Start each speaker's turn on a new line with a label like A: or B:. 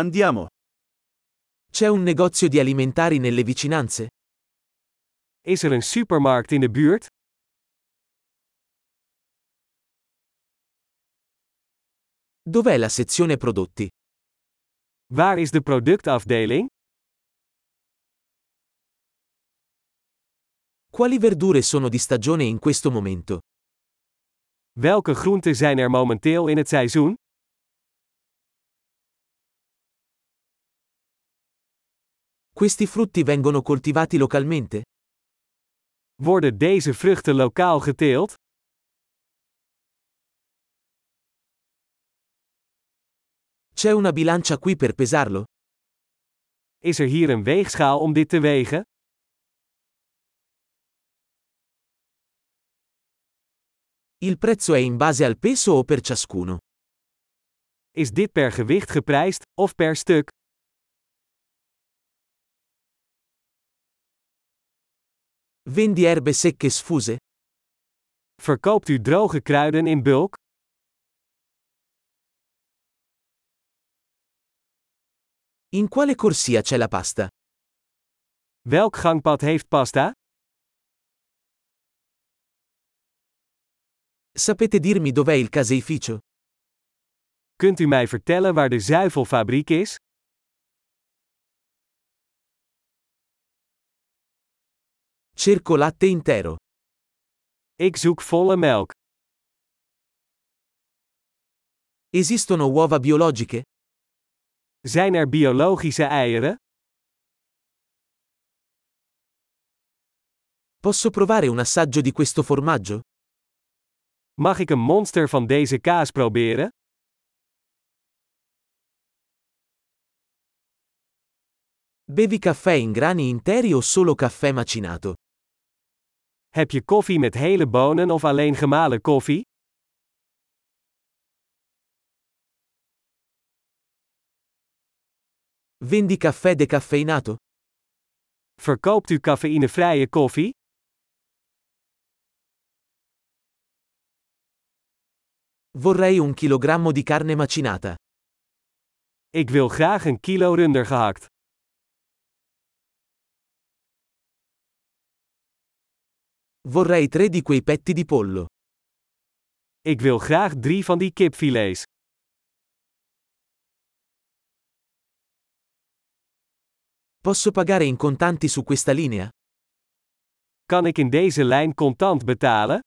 A: Andiamo.
B: C'è un negozio di alimentari nelle vicinanze?
C: Is er een supermarkt in de buurt?
B: Dov'è la sezione prodotti?
C: Waar is de productafdeling?
B: Quali verdure sono di stagione in questo momento?
C: Welke groenten zijn er momenteel in het seizoen?
B: Questi frutti vengono coltivati localmente?
C: Worden deze vruchten lokaal geteeld?
B: C'è una bilancia qui per pesarlo?
C: Is er hier een weegschaal om dit te wegen?
B: Il prezzo è in base al peso o per ciascuno?
C: Is dit per gewicht geprijsd of per stuk?
B: Vendi erbe secche sfuse?
C: Verkoopt u droge kruiden in bulk?
B: In quale corsia c'è la pasta?
C: Welk gangpad heeft pasta?
B: Sapete dirmi dov'è il caseificio?
C: Kunt u mij vertellen waar de zuivelfabriek is?
B: Cerco latte intero.
C: Ik zoek volle melk.
B: Esistono uova biologiche?
C: Zijn er biologische eieren?
B: Posso provare un assaggio di questo formaggio?
C: Mag ik een monster van deze kaas proberen?
B: Bevi caffè in grani interi o solo caffè macinato?
C: Heb je koffie met hele bonen of alleen gemalen koffie?
B: Vendi caffè decaffeinato?
C: Verkoopt u cafeïnevrije koffie?
B: Vorrei un chilogrammo di carne macinata.
C: Ik wil graag een kilo runder gehakt.
B: Vorrei tre di quei petti di pollo.
C: Ik wil graag drie van die kipfilets.
B: Posso pagare in contanti su questa linea?
C: Kan ik in deze lijn contant betalen?